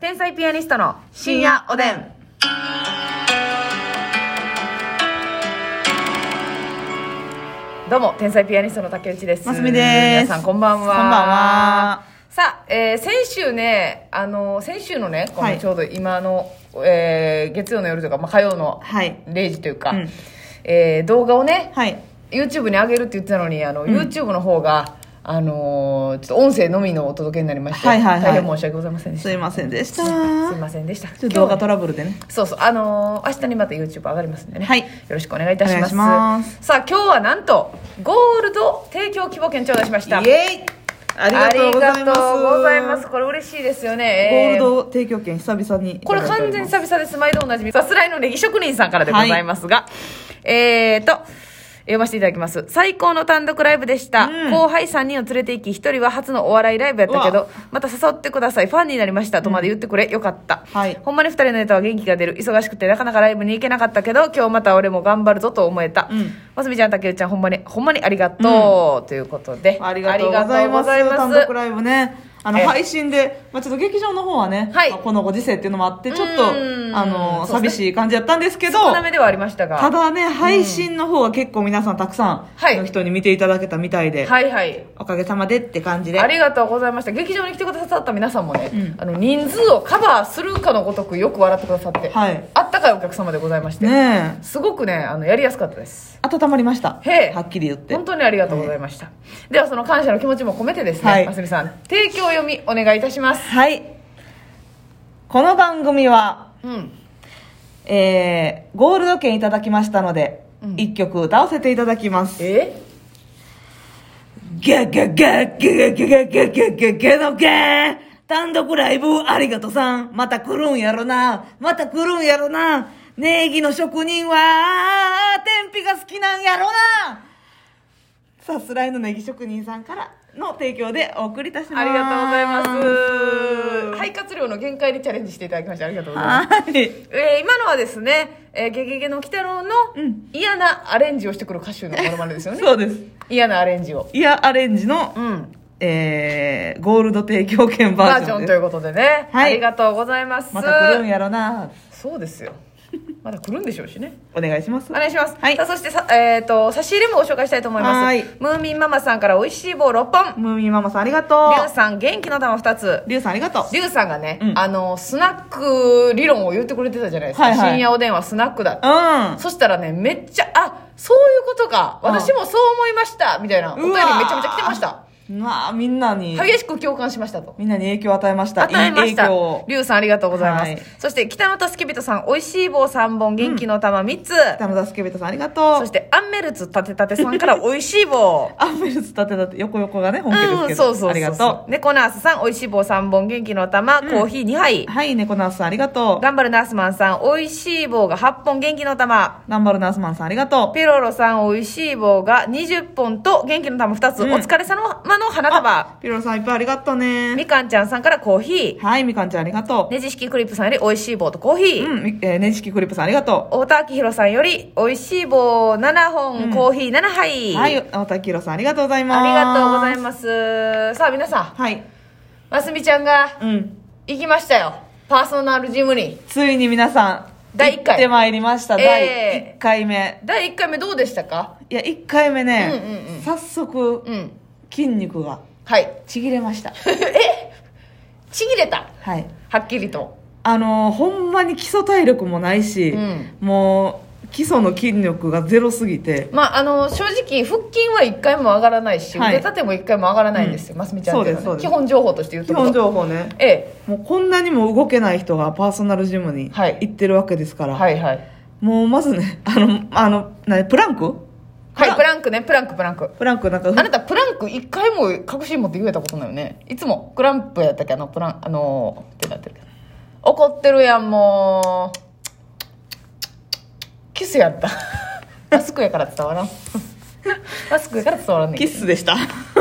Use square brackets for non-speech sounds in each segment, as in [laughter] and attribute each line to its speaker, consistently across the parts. Speaker 1: 天才ピアニストの深夜おでん。どうも、天才ピアニストの竹内です。
Speaker 2: ますみです
Speaker 1: 皆さん、こんばんは。
Speaker 2: こんばんは。
Speaker 1: さあ、えー先週ね、あのー先週のね、こ
Speaker 2: は
Speaker 1: の
Speaker 2: い
Speaker 1: ちょうど今の、えー月曜の夜というか、まあ、火曜の
Speaker 2: はい
Speaker 1: 0時というか、
Speaker 2: うん
Speaker 1: えー動画をね、
Speaker 2: はい。
Speaker 1: YouTube に上げるって言ってたのにあの、YouTube の方が、あのーちょっと音声のみのお届けになりまして、
Speaker 2: はいはいはい
Speaker 1: 大変申し訳ございませんでした
Speaker 2: すいませんでした。
Speaker 1: すいませんでした
Speaker 2: ちょっと動画ト
Speaker 1: 今日
Speaker 2: ラブルでね。
Speaker 1: はそうそうあのー明日にまた YouTube 上がりますんでね、
Speaker 2: はい
Speaker 1: よろしくお願いいたします
Speaker 2: お願いします
Speaker 1: さあ今日はなんとゴールド提供希望券頂戴しました
Speaker 2: イエイありがとうござい
Speaker 1: あり
Speaker 2: ま
Speaker 1: が
Speaker 2: す。
Speaker 1: とうございますこれ嬉しいですよ
Speaker 2: ゴ
Speaker 1: ね
Speaker 2: ール
Speaker 1: えー
Speaker 2: ド提供券久々にい
Speaker 1: こ
Speaker 2: た
Speaker 1: れ
Speaker 2: だいておりま
Speaker 1: 完
Speaker 2: す。
Speaker 1: 全に久々です。毎度おなじみ。さすらいのネギ職人さんからでございますが、えーと、読ませていただきます。最高の単独ライブでした。
Speaker 2: うん
Speaker 1: 後輩3人を連れて行き、1人は初のお笑いライブやったけ
Speaker 2: うわ
Speaker 1: ど、また誘ってください。ファンになりました。とまで言ってくれ。よかった。
Speaker 2: はい
Speaker 1: ほんまに2人のネタは元気が出る。忙しくてなかなかライブに行けなかったけど、今日また俺も頑張るぞと思えた。
Speaker 2: うん
Speaker 1: ますみちゃん、竹内ちゃん、ほんまに、ほんまにありがとう。ということで。
Speaker 2: ありがとうございます。
Speaker 1: ありがとう
Speaker 2: 単
Speaker 1: ござい
Speaker 2: 独ライブね。あの、
Speaker 1: ええ
Speaker 2: 配信で、まあ、ちょっと劇場の方はね、
Speaker 1: はい
Speaker 2: まあこのご時世っていうのもあって、ちょっと、
Speaker 1: うん
Speaker 2: あの、
Speaker 1: そうで
Speaker 2: 寂
Speaker 1: すね
Speaker 2: しい感じやったんですけど、
Speaker 1: 少なめではありましたが。
Speaker 2: ただね、配信の方は結構皆さんたくさ
Speaker 1: はい
Speaker 2: んの人に見ていただけたみたいで、
Speaker 1: はいはい。
Speaker 2: おかげさまでって感じで。
Speaker 1: ありがとうございました劇場に来てくださった皆さんもね、
Speaker 2: うん
Speaker 1: あの人数をカバーするかのごとくよく笑ってくださって、
Speaker 2: はい
Speaker 1: あったかいお客様でございまして、
Speaker 2: ねえ。
Speaker 1: すごくねあのやりやすかったです
Speaker 2: 温まりました。
Speaker 1: へえ
Speaker 2: はっきり言って。
Speaker 1: 本当にありがとうございました、ではその感謝の気持ちも込めてですね、
Speaker 2: はい
Speaker 1: ますみさん提供読みお願いいたします
Speaker 2: はい。この番組は、
Speaker 1: うん
Speaker 2: えー、ゴールド券いただきましたので、
Speaker 1: うん
Speaker 2: 一曲歌わせていただきます。
Speaker 1: え
Speaker 2: ゲゲゲゲゲゲゲゲゲゲゲのゲ単独ライブありがとさん。また来るんやろな。また来るんやろな。ネギの職人は、天日が好きなんやろな。さすらいのネギ職人さんからの提供でお送りいたします。
Speaker 1: ありがとうございます
Speaker 2: はい。
Speaker 1: 肺活量の限界にチャレンジしていただきましてありがとうございます
Speaker 2: はい。
Speaker 1: えー今のはですね「えーゲゲゲの鬼太郎」の
Speaker 2: うん
Speaker 1: 嫌なアレンジをしてくる歌手のものまねですよね [laughs]
Speaker 2: そうです。
Speaker 1: 嫌なアレンジを
Speaker 2: イヤーアレンジの、
Speaker 1: うん
Speaker 2: えー、ゴールド提供券
Speaker 1: バ
Speaker 2: バ
Speaker 1: ー
Speaker 2: ー
Speaker 1: ジ
Speaker 2: ジ
Speaker 1: ョ
Speaker 2: ョ
Speaker 1: ンと
Speaker 2: ンで
Speaker 1: い
Speaker 2: す。
Speaker 1: うことでね、
Speaker 2: はい
Speaker 1: ありがとうございます
Speaker 2: また来るんやろな。
Speaker 1: そうです
Speaker 2: [laughs]
Speaker 1: よまだ来るんでしょうしね
Speaker 2: お願いします。
Speaker 1: お願いします、
Speaker 2: はい
Speaker 1: さあそしてさ、えー、と差し入れもご紹介したいと思いま
Speaker 2: は
Speaker 1: す
Speaker 2: い
Speaker 1: ムーミンママさんから美味しい棒6本
Speaker 2: ムーミンママさんありがと
Speaker 1: リュウ
Speaker 2: う。
Speaker 1: さん元気の玉2つ
Speaker 2: リュウさんありがとう。
Speaker 1: リュウさんがね、
Speaker 2: うん
Speaker 1: あのスナック理論を言ってくれてたじゃないですか、
Speaker 2: はいはい
Speaker 1: 深夜おでんはスナックだって
Speaker 2: う
Speaker 1: そしたらねめっちゃあそういうことか
Speaker 2: うん
Speaker 1: 私もそう思いましたみたいなお便り
Speaker 2: う
Speaker 1: め
Speaker 2: わ
Speaker 1: ち
Speaker 2: ー
Speaker 1: ゃめちゃ来てました
Speaker 2: ん。まあ、みんなに、
Speaker 1: 激しく共感しましたと
Speaker 2: みんなに影響を与えました。
Speaker 1: 与えまし
Speaker 2: いい影
Speaker 1: た
Speaker 2: 響を。
Speaker 1: リュウさんありがとうございます、
Speaker 2: はい
Speaker 1: そして北野助人さんおいしい棒3本元気の玉3つ、
Speaker 2: 北野田助人さんありがと
Speaker 1: そうし。てアンメルツたてたてさんからおいしい
Speaker 2: [laughs]
Speaker 1: 棒
Speaker 2: アンベルス立てだって横横がね、本家です
Speaker 1: う
Speaker 2: け
Speaker 1: ん、
Speaker 2: ど。
Speaker 1: そうそうそう
Speaker 2: ありがと
Speaker 1: 猫ナースさんおいしい棒3本元気の玉、コーヒー2杯
Speaker 2: う。はい、猫ナースさんありがとう。
Speaker 1: 頑張るナースマンさんおいしい棒が8本元気の玉
Speaker 2: 頑張るナースマンさんありがとう。
Speaker 1: ペロロさんおいしい棒が20本と元気の玉2つ、
Speaker 2: うん
Speaker 1: お疲れ様の花束
Speaker 2: ピロロさんいっぱいありがとうね。
Speaker 1: みかんちゃんさんからコーヒー
Speaker 2: はい、みかんちゃんありがと
Speaker 1: ねじ式クリップさんよりおいしい棒とコーヒー、
Speaker 2: う。うん、みえー、ねじきクリップさんありがとう。
Speaker 1: 太田明宏さんより美味しい棒7本、
Speaker 2: うん
Speaker 1: コーヒー7杯、
Speaker 2: はい、太田きろさんありがとうございます。
Speaker 1: ありがとうござい
Speaker 2: す。
Speaker 1: ますさあ皆さん
Speaker 2: はい、
Speaker 1: ますみちゃんが
Speaker 2: うん、
Speaker 1: 行きましたよパーソナルジムに
Speaker 2: ついに皆さん、
Speaker 1: 第一回
Speaker 2: 行ってまいりました。
Speaker 1: ええ
Speaker 2: 第一回目。
Speaker 1: 第1回目どうでしたか
Speaker 2: いや、一回目ね、
Speaker 1: うんうんうん
Speaker 2: 早速、
Speaker 1: うん
Speaker 2: 筋肉が
Speaker 1: はい [laughs]
Speaker 2: ちぎれました。
Speaker 1: えちぎれた
Speaker 2: はい。
Speaker 1: はっきりと
Speaker 2: あのーほんまに基礎体力もないし、
Speaker 1: うん
Speaker 2: もう基礎の筋力がゼロすぎて、
Speaker 1: まああの正直腹筋は1回も上がらないし、
Speaker 2: はい
Speaker 1: 腕立ても1回も上がらないんですよ、ますみちゃんっていうの
Speaker 2: そう
Speaker 1: はね
Speaker 2: です
Speaker 1: 基
Speaker 2: そうです
Speaker 1: 本情報として言う
Speaker 2: 基
Speaker 1: とこ
Speaker 2: 本
Speaker 1: ろ
Speaker 2: 情報ね。
Speaker 1: え
Speaker 2: もうこんなにも動けない人がパーソナルジムに
Speaker 1: はい
Speaker 2: 行ってるわけですか
Speaker 1: え
Speaker 2: ら、
Speaker 1: はいはい
Speaker 2: もうまずね、あの、あの、なプランク
Speaker 1: はいプランクねプランクプランク
Speaker 2: プランクなんか
Speaker 1: あなたプランク一回も確信持って言えたことないよねいつもクランプやったっけあのプランあのー、ってなってるけど怒ってるやんもうキスやった [laughs] マスクやから伝わらん [laughs] マスクやから伝わらんねんけ
Speaker 2: キ
Speaker 1: ど
Speaker 2: スでした。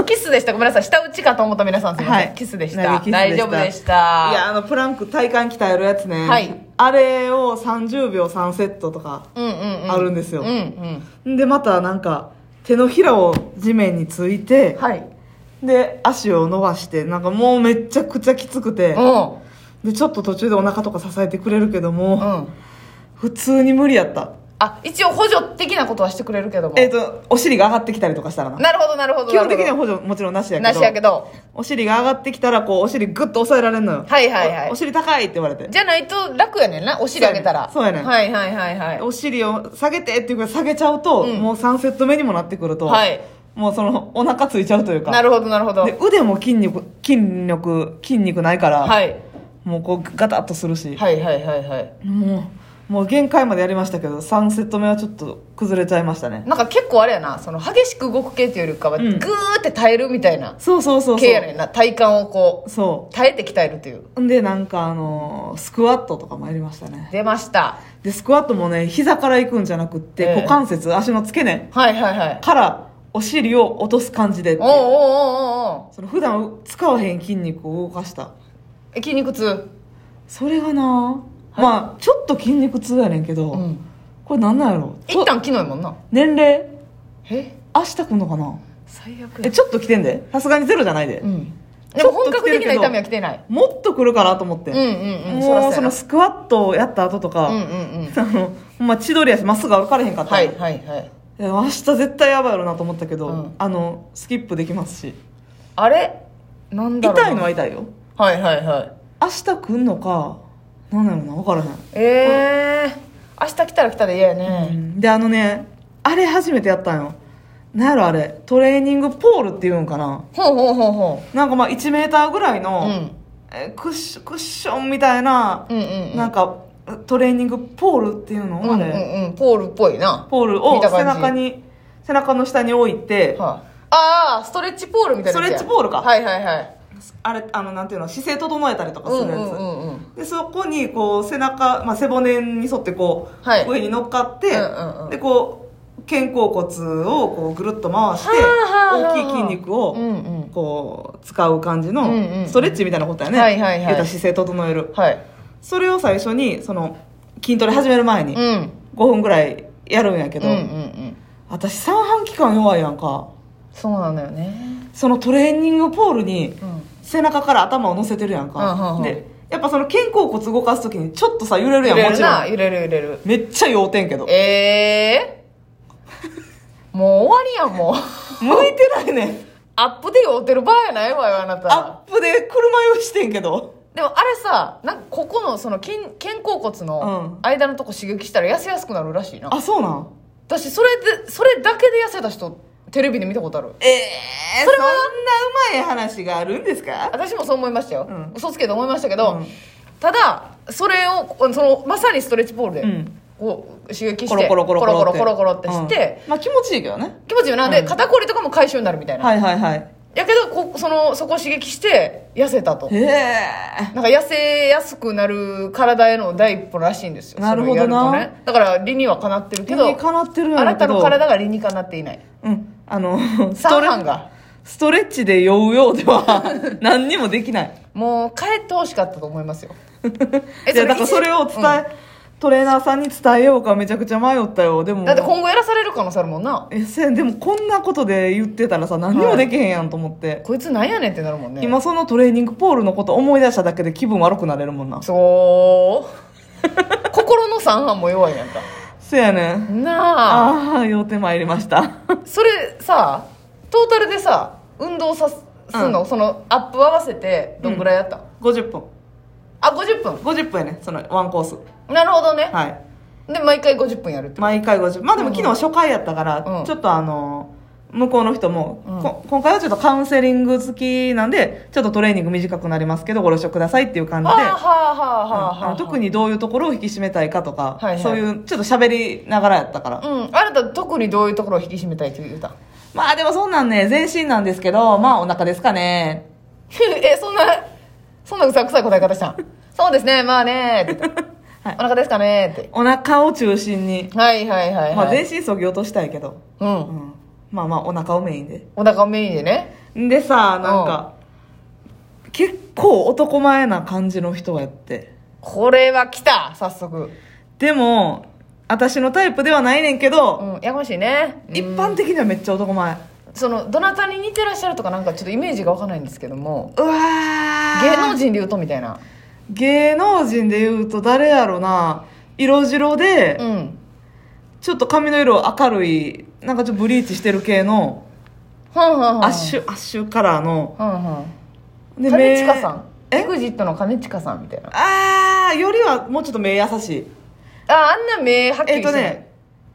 Speaker 1: キスでしたごめんなさい下打ちかと思った皆さんすみません、キスでした
Speaker 2: ナビキス
Speaker 1: 大丈夫でした
Speaker 2: いやあのプランク体幹鍛えるやつね、
Speaker 1: はい
Speaker 2: あれを30秒3セットとか
Speaker 1: うんうんうん
Speaker 2: あるんですよ
Speaker 1: うんうん
Speaker 2: でまたなんか手のひらを地面について、
Speaker 1: はい
Speaker 2: で足を伸ばしてなんかもうめっちゃくちゃきつくて、
Speaker 1: う
Speaker 2: でちょっと途中でお腹とか支えてくれるけど
Speaker 1: う
Speaker 2: も、
Speaker 1: ん
Speaker 2: 普通に無理やった
Speaker 1: あ一応補助的なことはしてくれるけども
Speaker 2: えっ、とお尻が上がってきたりとかしたらな
Speaker 1: なるほどなるほど
Speaker 2: 基本的に
Speaker 1: な
Speaker 2: は
Speaker 1: るほ
Speaker 2: 補助もちろんなしや
Speaker 1: ど
Speaker 2: け
Speaker 1: な
Speaker 2: ど
Speaker 1: しやけど
Speaker 2: お尻が上がってきたらこうお尻グッと押さえられるのよ
Speaker 1: はいはいはい
Speaker 2: おお尻高いって言われて
Speaker 1: じゃないと楽やねんなお尻上げたら
Speaker 2: そうやねんそう
Speaker 1: はいはいはいはい
Speaker 2: お尻を下げてっていうから下げちゃうと、
Speaker 1: うん
Speaker 2: もう3セット目にもなってくると、
Speaker 1: はい
Speaker 2: もうそのお腹ついちゃうというか
Speaker 1: なるほどなるほど
Speaker 2: で腕も筋肉筋力筋肉ないから、
Speaker 1: はい
Speaker 2: もうこうガタッとするし、
Speaker 1: はいはいはいはい
Speaker 2: もうもう限界までやりましたけど3セット目はちょっと崩れちゃいましたね
Speaker 1: なんか結構あれやなその激しく動く系っていうよりかは、
Speaker 2: うん
Speaker 1: グーって耐えるみたいな
Speaker 2: そうそうそうそう
Speaker 1: 系やねんな体幹をこ
Speaker 2: そう
Speaker 1: 耐えて鍛えるという
Speaker 2: うんでなんかあのースクワットとかもやりましたね
Speaker 1: 出ました
Speaker 2: でスクワットもね膝から行くんじゃなくって、
Speaker 1: ええ
Speaker 2: 股関節足の付け根
Speaker 1: はいはいはい
Speaker 2: からお尻を落とす感じでって
Speaker 1: お
Speaker 2: いう
Speaker 1: おうおうおうおう
Speaker 2: その普段使わへん筋肉を動かした
Speaker 1: え筋肉痛
Speaker 2: それがな、まあちょっと筋肉痛やねんけど、
Speaker 1: うん
Speaker 2: これなんなんやろ
Speaker 1: 一旦昨日やもんな
Speaker 2: 年齢
Speaker 1: え
Speaker 2: 明日来んのかな
Speaker 1: 最悪
Speaker 2: えちょっと来てんでさすがにゼロじゃないで、
Speaker 1: うんでも本格的な痛みは来てない
Speaker 2: もっと来るかなと思って、
Speaker 1: うんうんうん
Speaker 2: もう
Speaker 1: ら
Speaker 2: そ
Speaker 1: やな
Speaker 2: のスクワットをやった後とか、
Speaker 1: うんうんうん
Speaker 2: [laughs] あのほんま千鳥やしまっすぐ歩かれへんかった、
Speaker 1: はいはいはい
Speaker 2: いや明日絶対やばいやろなと思ったけど、
Speaker 1: うん
Speaker 2: あのスキップできますし
Speaker 1: あれなんだろう
Speaker 2: 痛いのは
Speaker 1: は
Speaker 2: 痛いよ
Speaker 1: はいはいはい
Speaker 2: 明日来んのかなんだろうな分からへ
Speaker 1: ええー、明日来たら来たで嫌やね、
Speaker 2: ん、であのねあれ初めてやったんよなんやろあれトレーニングポールっていうんかな
Speaker 1: ほうほうほうほ
Speaker 2: なんかまあ1メーターぐらいう
Speaker 1: う
Speaker 2: の、
Speaker 1: ん
Speaker 2: えクッションクッションみたいな、
Speaker 1: うんうんうん
Speaker 2: なんかトレーニングポールっていうの、
Speaker 1: うんう
Speaker 2: あれ、
Speaker 1: んうんポールっぽいな
Speaker 2: ポール
Speaker 1: 見
Speaker 2: を
Speaker 1: た感
Speaker 2: 背
Speaker 1: じ
Speaker 2: 中に背中の下に置いて、
Speaker 1: はいああストレッチポールみたいなやつや
Speaker 2: ストレッチポールか
Speaker 1: はいはいはい
Speaker 2: あれあのなんていうの姿勢整えたりとか
Speaker 1: う
Speaker 2: す
Speaker 1: ん
Speaker 2: る
Speaker 1: う
Speaker 2: やつ、
Speaker 1: んうんうん
Speaker 2: でそこにこう背中、まあ、背骨に沿ってこう、
Speaker 1: はい
Speaker 2: 上に乗っかっ
Speaker 1: うん
Speaker 2: て、
Speaker 1: うんうん
Speaker 2: でこう肩甲骨をこうぐるっと回して、
Speaker 1: はあはあはあ
Speaker 2: 大きい筋肉
Speaker 1: う
Speaker 2: を
Speaker 1: んうん
Speaker 2: こう使う感じの
Speaker 1: うんうん
Speaker 2: ストレッチみたいなことやね、
Speaker 1: はいはいはい
Speaker 2: 言うたら姿勢整える
Speaker 1: はい
Speaker 2: それを最初にその筋トレ始める前に
Speaker 1: うんうん
Speaker 2: 5分ぐらいやるんやけ
Speaker 1: う
Speaker 2: ど、
Speaker 1: んうん
Speaker 2: 私三半規管弱いやんか
Speaker 1: そうなんだよね
Speaker 2: そのトレーニングポールに
Speaker 1: うん
Speaker 2: 背中から頭を乗せてるやんか、
Speaker 1: うんうんうん
Speaker 2: でやっぱその肩甲骨動かす時にちょっとさ揺れる
Speaker 1: 揺
Speaker 2: やん
Speaker 1: れ
Speaker 2: も
Speaker 1: る
Speaker 2: ちろん
Speaker 1: な揺れる揺れる
Speaker 2: めっちゃ酔うてんけど。
Speaker 1: ええー、もう終わりやんもう
Speaker 2: 向いてないねん。
Speaker 1: アップで酔うてる場合やないわよあなた
Speaker 2: アップで車用意してんけど。
Speaker 1: でもあれさなんかここのその肩肩甲骨の
Speaker 2: う
Speaker 1: 間のとこ刺激したら痩せやすくなるらしいな、
Speaker 2: あ、そうなん
Speaker 1: 私それでそれだけで痩せた人テレビで見たことある
Speaker 2: ええそんなうまい話があるんですか
Speaker 1: 私もそう思いましたよ、
Speaker 2: うん
Speaker 1: 嘘つけと思いましたけど、
Speaker 2: うん
Speaker 1: ただそれをそのまさにストレッチボールで、
Speaker 2: うん
Speaker 1: こう刺激して
Speaker 2: コロコロコロコロって。
Speaker 1: コロコロコロってして、
Speaker 2: うんまあ気持ちいいけどね。
Speaker 1: 気持ちいいよなで、
Speaker 2: うん
Speaker 1: 肩こりとかも解消になるみたいな、
Speaker 2: はいはいはい。
Speaker 1: やけどこそのそこを刺激して痩せたと
Speaker 2: へえ。
Speaker 1: なんか痩せやすくなる体への第一歩らしいんですよ
Speaker 2: なるほ
Speaker 1: そ
Speaker 2: どな
Speaker 1: れをやるとねだから理にはかなってるけど
Speaker 2: 理にかなってるんや
Speaker 1: あ
Speaker 2: ろう
Speaker 1: な
Speaker 2: け
Speaker 1: た
Speaker 2: ど
Speaker 1: の体が理にかなっていない
Speaker 2: うん。あの、ス
Speaker 1: サ
Speaker 2: ト
Speaker 1: ン
Speaker 2: レ
Speaker 1: ハンが
Speaker 2: ストレッチで酔うようで
Speaker 1: [laughs]
Speaker 2: は何にもできない。
Speaker 1: もう帰ってほしかったと思いますよえ
Speaker 2: いや、だからそれを伝え、トレーナーさんに伝えようかめちゃくちゃ迷ったよ。でも。
Speaker 1: だって今後やらされる可能性あるもんな
Speaker 2: えせんでもこんなことで言ってたらさ何にもできへんやんと思って、
Speaker 1: こいつなんやねんってなるもんね
Speaker 2: 今そのトレーニングポールのこと思い出しただけで気分悪くなれるもんな
Speaker 1: そう心の三半も弱いやんか
Speaker 2: せやねん
Speaker 1: なあ
Speaker 2: ああー酔ってまいりました [laughs]
Speaker 1: それさトータルでさ運動さすすんの、そのアップ合わせてどんぐらいやった、
Speaker 2: 50分
Speaker 1: あ50分
Speaker 2: 50分やねそのワンコース
Speaker 1: なるほどね、
Speaker 2: はい
Speaker 1: で毎回50分やるって
Speaker 2: 毎回50分まあでも昨日初回やったから、
Speaker 1: うん
Speaker 2: ちょっとあの向こうの人も、
Speaker 1: うん
Speaker 2: こ今回はちょっとカウンセリング付きなんでちょっとトレーニング短くなりますけどご了承くださいっていう感じで、
Speaker 1: はあはあはあはあはあ
Speaker 2: あの特にどういうところを引き締めたいかとか、
Speaker 1: はいはい
Speaker 2: そういうちょっと喋りながらやったから
Speaker 1: うんあなた特にどういうところを引き締めたいって言うた
Speaker 2: まあでもそんなんね、全身なんですけど、まあお腹ですかね。
Speaker 1: [laughs] えそんなそんなうさくさい答え方したん [laughs] そうですねまあね [laughs] って言った、
Speaker 2: はい
Speaker 1: お腹ですかねって
Speaker 2: お腹を中心に。
Speaker 1: はいはいはいはい、
Speaker 2: まあ全身削ぎ落としたいけど。
Speaker 1: う
Speaker 2: うんん。まあまあお腹をメインで。
Speaker 1: お腹をメインでね
Speaker 2: でさ、なんか、結構男前な感じの人がやって。
Speaker 1: これは来た早速
Speaker 2: でも、私のタイプではないねんけど、
Speaker 1: うんやかましいね
Speaker 2: 一般的にはめっちゃ男前。
Speaker 1: そのどなたに似てらっしゃるとかなんかちょっとイメージがわかんないんですけども
Speaker 2: うわー
Speaker 1: 芸能人で言うとみたいな
Speaker 2: 芸能人で言うと誰やろな色白で、
Speaker 1: うん
Speaker 2: ちょっと髪の色明るいなんかちょっとブリーチしてる系の
Speaker 1: はんはんはん
Speaker 2: アッシュ、アッシュカラーの
Speaker 1: はんはん
Speaker 2: で
Speaker 1: 兼近さん
Speaker 2: え
Speaker 1: エグジットの兼近さんみたいなあ
Speaker 2: あーよりはもうちょっと目優しい
Speaker 1: あんな目はっき
Speaker 2: え
Speaker 1: りして
Speaker 2: っと
Speaker 1: ない
Speaker 2: ね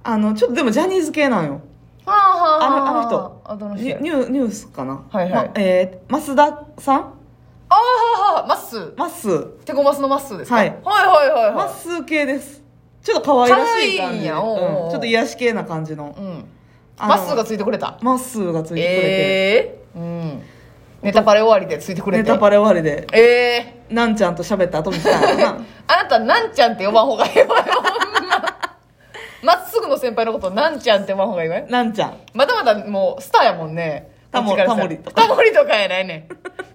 Speaker 2: あのちょっとでもジャニーズ系なんよ
Speaker 1: はあはあは
Speaker 2: あのあの
Speaker 1: は
Speaker 2: 人
Speaker 1: あどの人
Speaker 2: ニ
Speaker 1: や
Speaker 2: ニューニュースかな
Speaker 1: はいはい
Speaker 2: まえー、増田さん
Speaker 1: ああはあはあまっすー
Speaker 2: マッスー
Speaker 1: テコマスのまっすーですか
Speaker 2: はい
Speaker 1: はいはいはい
Speaker 2: マ
Speaker 1: は
Speaker 2: ッスー系ですちょっと可愛らしい
Speaker 1: 可愛
Speaker 2: 感
Speaker 1: いん
Speaker 2: じ
Speaker 1: やおうおう
Speaker 2: うんちょっと癒し系な感じの
Speaker 1: いうん
Speaker 2: あの
Speaker 1: まっすーがついてくれた
Speaker 2: マッスーがついてくれて、
Speaker 1: ええうんネタパレ終わりでついてくれて
Speaker 2: ネタパレ終わりで
Speaker 1: ええ
Speaker 2: なんちゃんと喋った後に来たんやろな [laughs]
Speaker 1: あなた、なんちゃんって呼ばんほうがいいわよ。まっすぐの先輩のこと、なんちゃんって呼ばんほうがいいわよ。
Speaker 2: なんちゃん
Speaker 1: まだまだもう、スターやもんね。
Speaker 2: タモ
Speaker 1: こっちからしたら
Speaker 2: タモリとか
Speaker 1: タモリとかやないね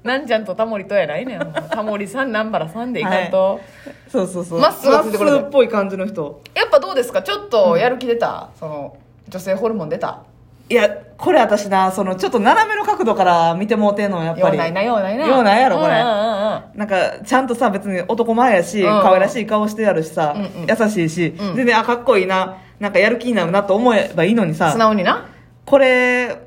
Speaker 1: ん。なんちゃんとタモリとやないねん。タモリさん、南原さんでいかんと。
Speaker 2: そうそうそう
Speaker 1: マッスーがついてくれた
Speaker 2: マッスーっぽい感じの人
Speaker 1: やっぱどうですかちょっとやる気出た、その、女性ホルモン出た
Speaker 2: いやこれ私なそのちょっと斜めの角度から見てもうてんのやっ
Speaker 1: よ
Speaker 2: ぱ
Speaker 1: う
Speaker 2: り
Speaker 1: ないな、ようないな。
Speaker 2: ようないやろこれ
Speaker 1: うんうんうん
Speaker 2: なんかちゃんとさ別に男前やし、
Speaker 1: うん
Speaker 2: 可愛らしい顔してやるしさ、
Speaker 1: うんうん
Speaker 2: 優しいし、
Speaker 1: うん
Speaker 2: 全然あかっこいいななんかやる気になるなと思えばいいのに
Speaker 1: うん
Speaker 2: さ
Speaker 1: 素直にな。
Speaker 2: これ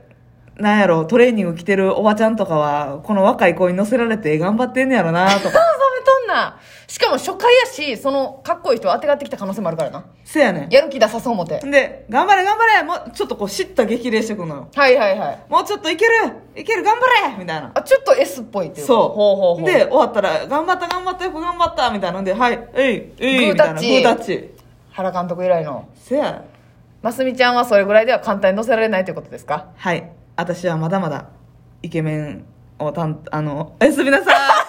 Speaker 2: なんやろトレーニング着てるおばちゃんとかはこの若い子に乗せられて頑張ってんねやろな
Speaker 1: [laughs]
Speaker 2: と
Speaker 1: ああ、冷め
Speaker 2: か
Speaker 1: とんな。しかも初回やし、その、かっこいい人を当てがってきた可能性もあるからな。
Speaker 2: せやね
Speaker 1: やる気出さそう思て。
Speaker 2: んで頑張れ頑張れもうちょっとこう叱咤激励してくんのよ
Speaker 1: はいはいはい。
Speaker 2: もうちょっといけるいける頑張れみたいな
Speaker 1: あ、ちょっと S っぽいっていうか
Speaker 2: そう
Speaker 1: ほうほうほう。
Speaker 2: で終わったら頑張った頑張ったよく頑張ったみたいなんではいえいえい
Speaker 1: グー
Speaker 2: み
Speaker 1: タ
Speaker 2: た
Speaker 1: ッ
Speaker 2: いな
Speaker 1: チ
Speaker 2: グータッチ
Speaker 1: 原監督以来の。
Speaker 2: せや
Speaker 1: ますみちゃんはそれぐらいでは簡単に乗せられないということですか
Speaker 2: はい私はまだまだイケメンをたんあのおやすみなさい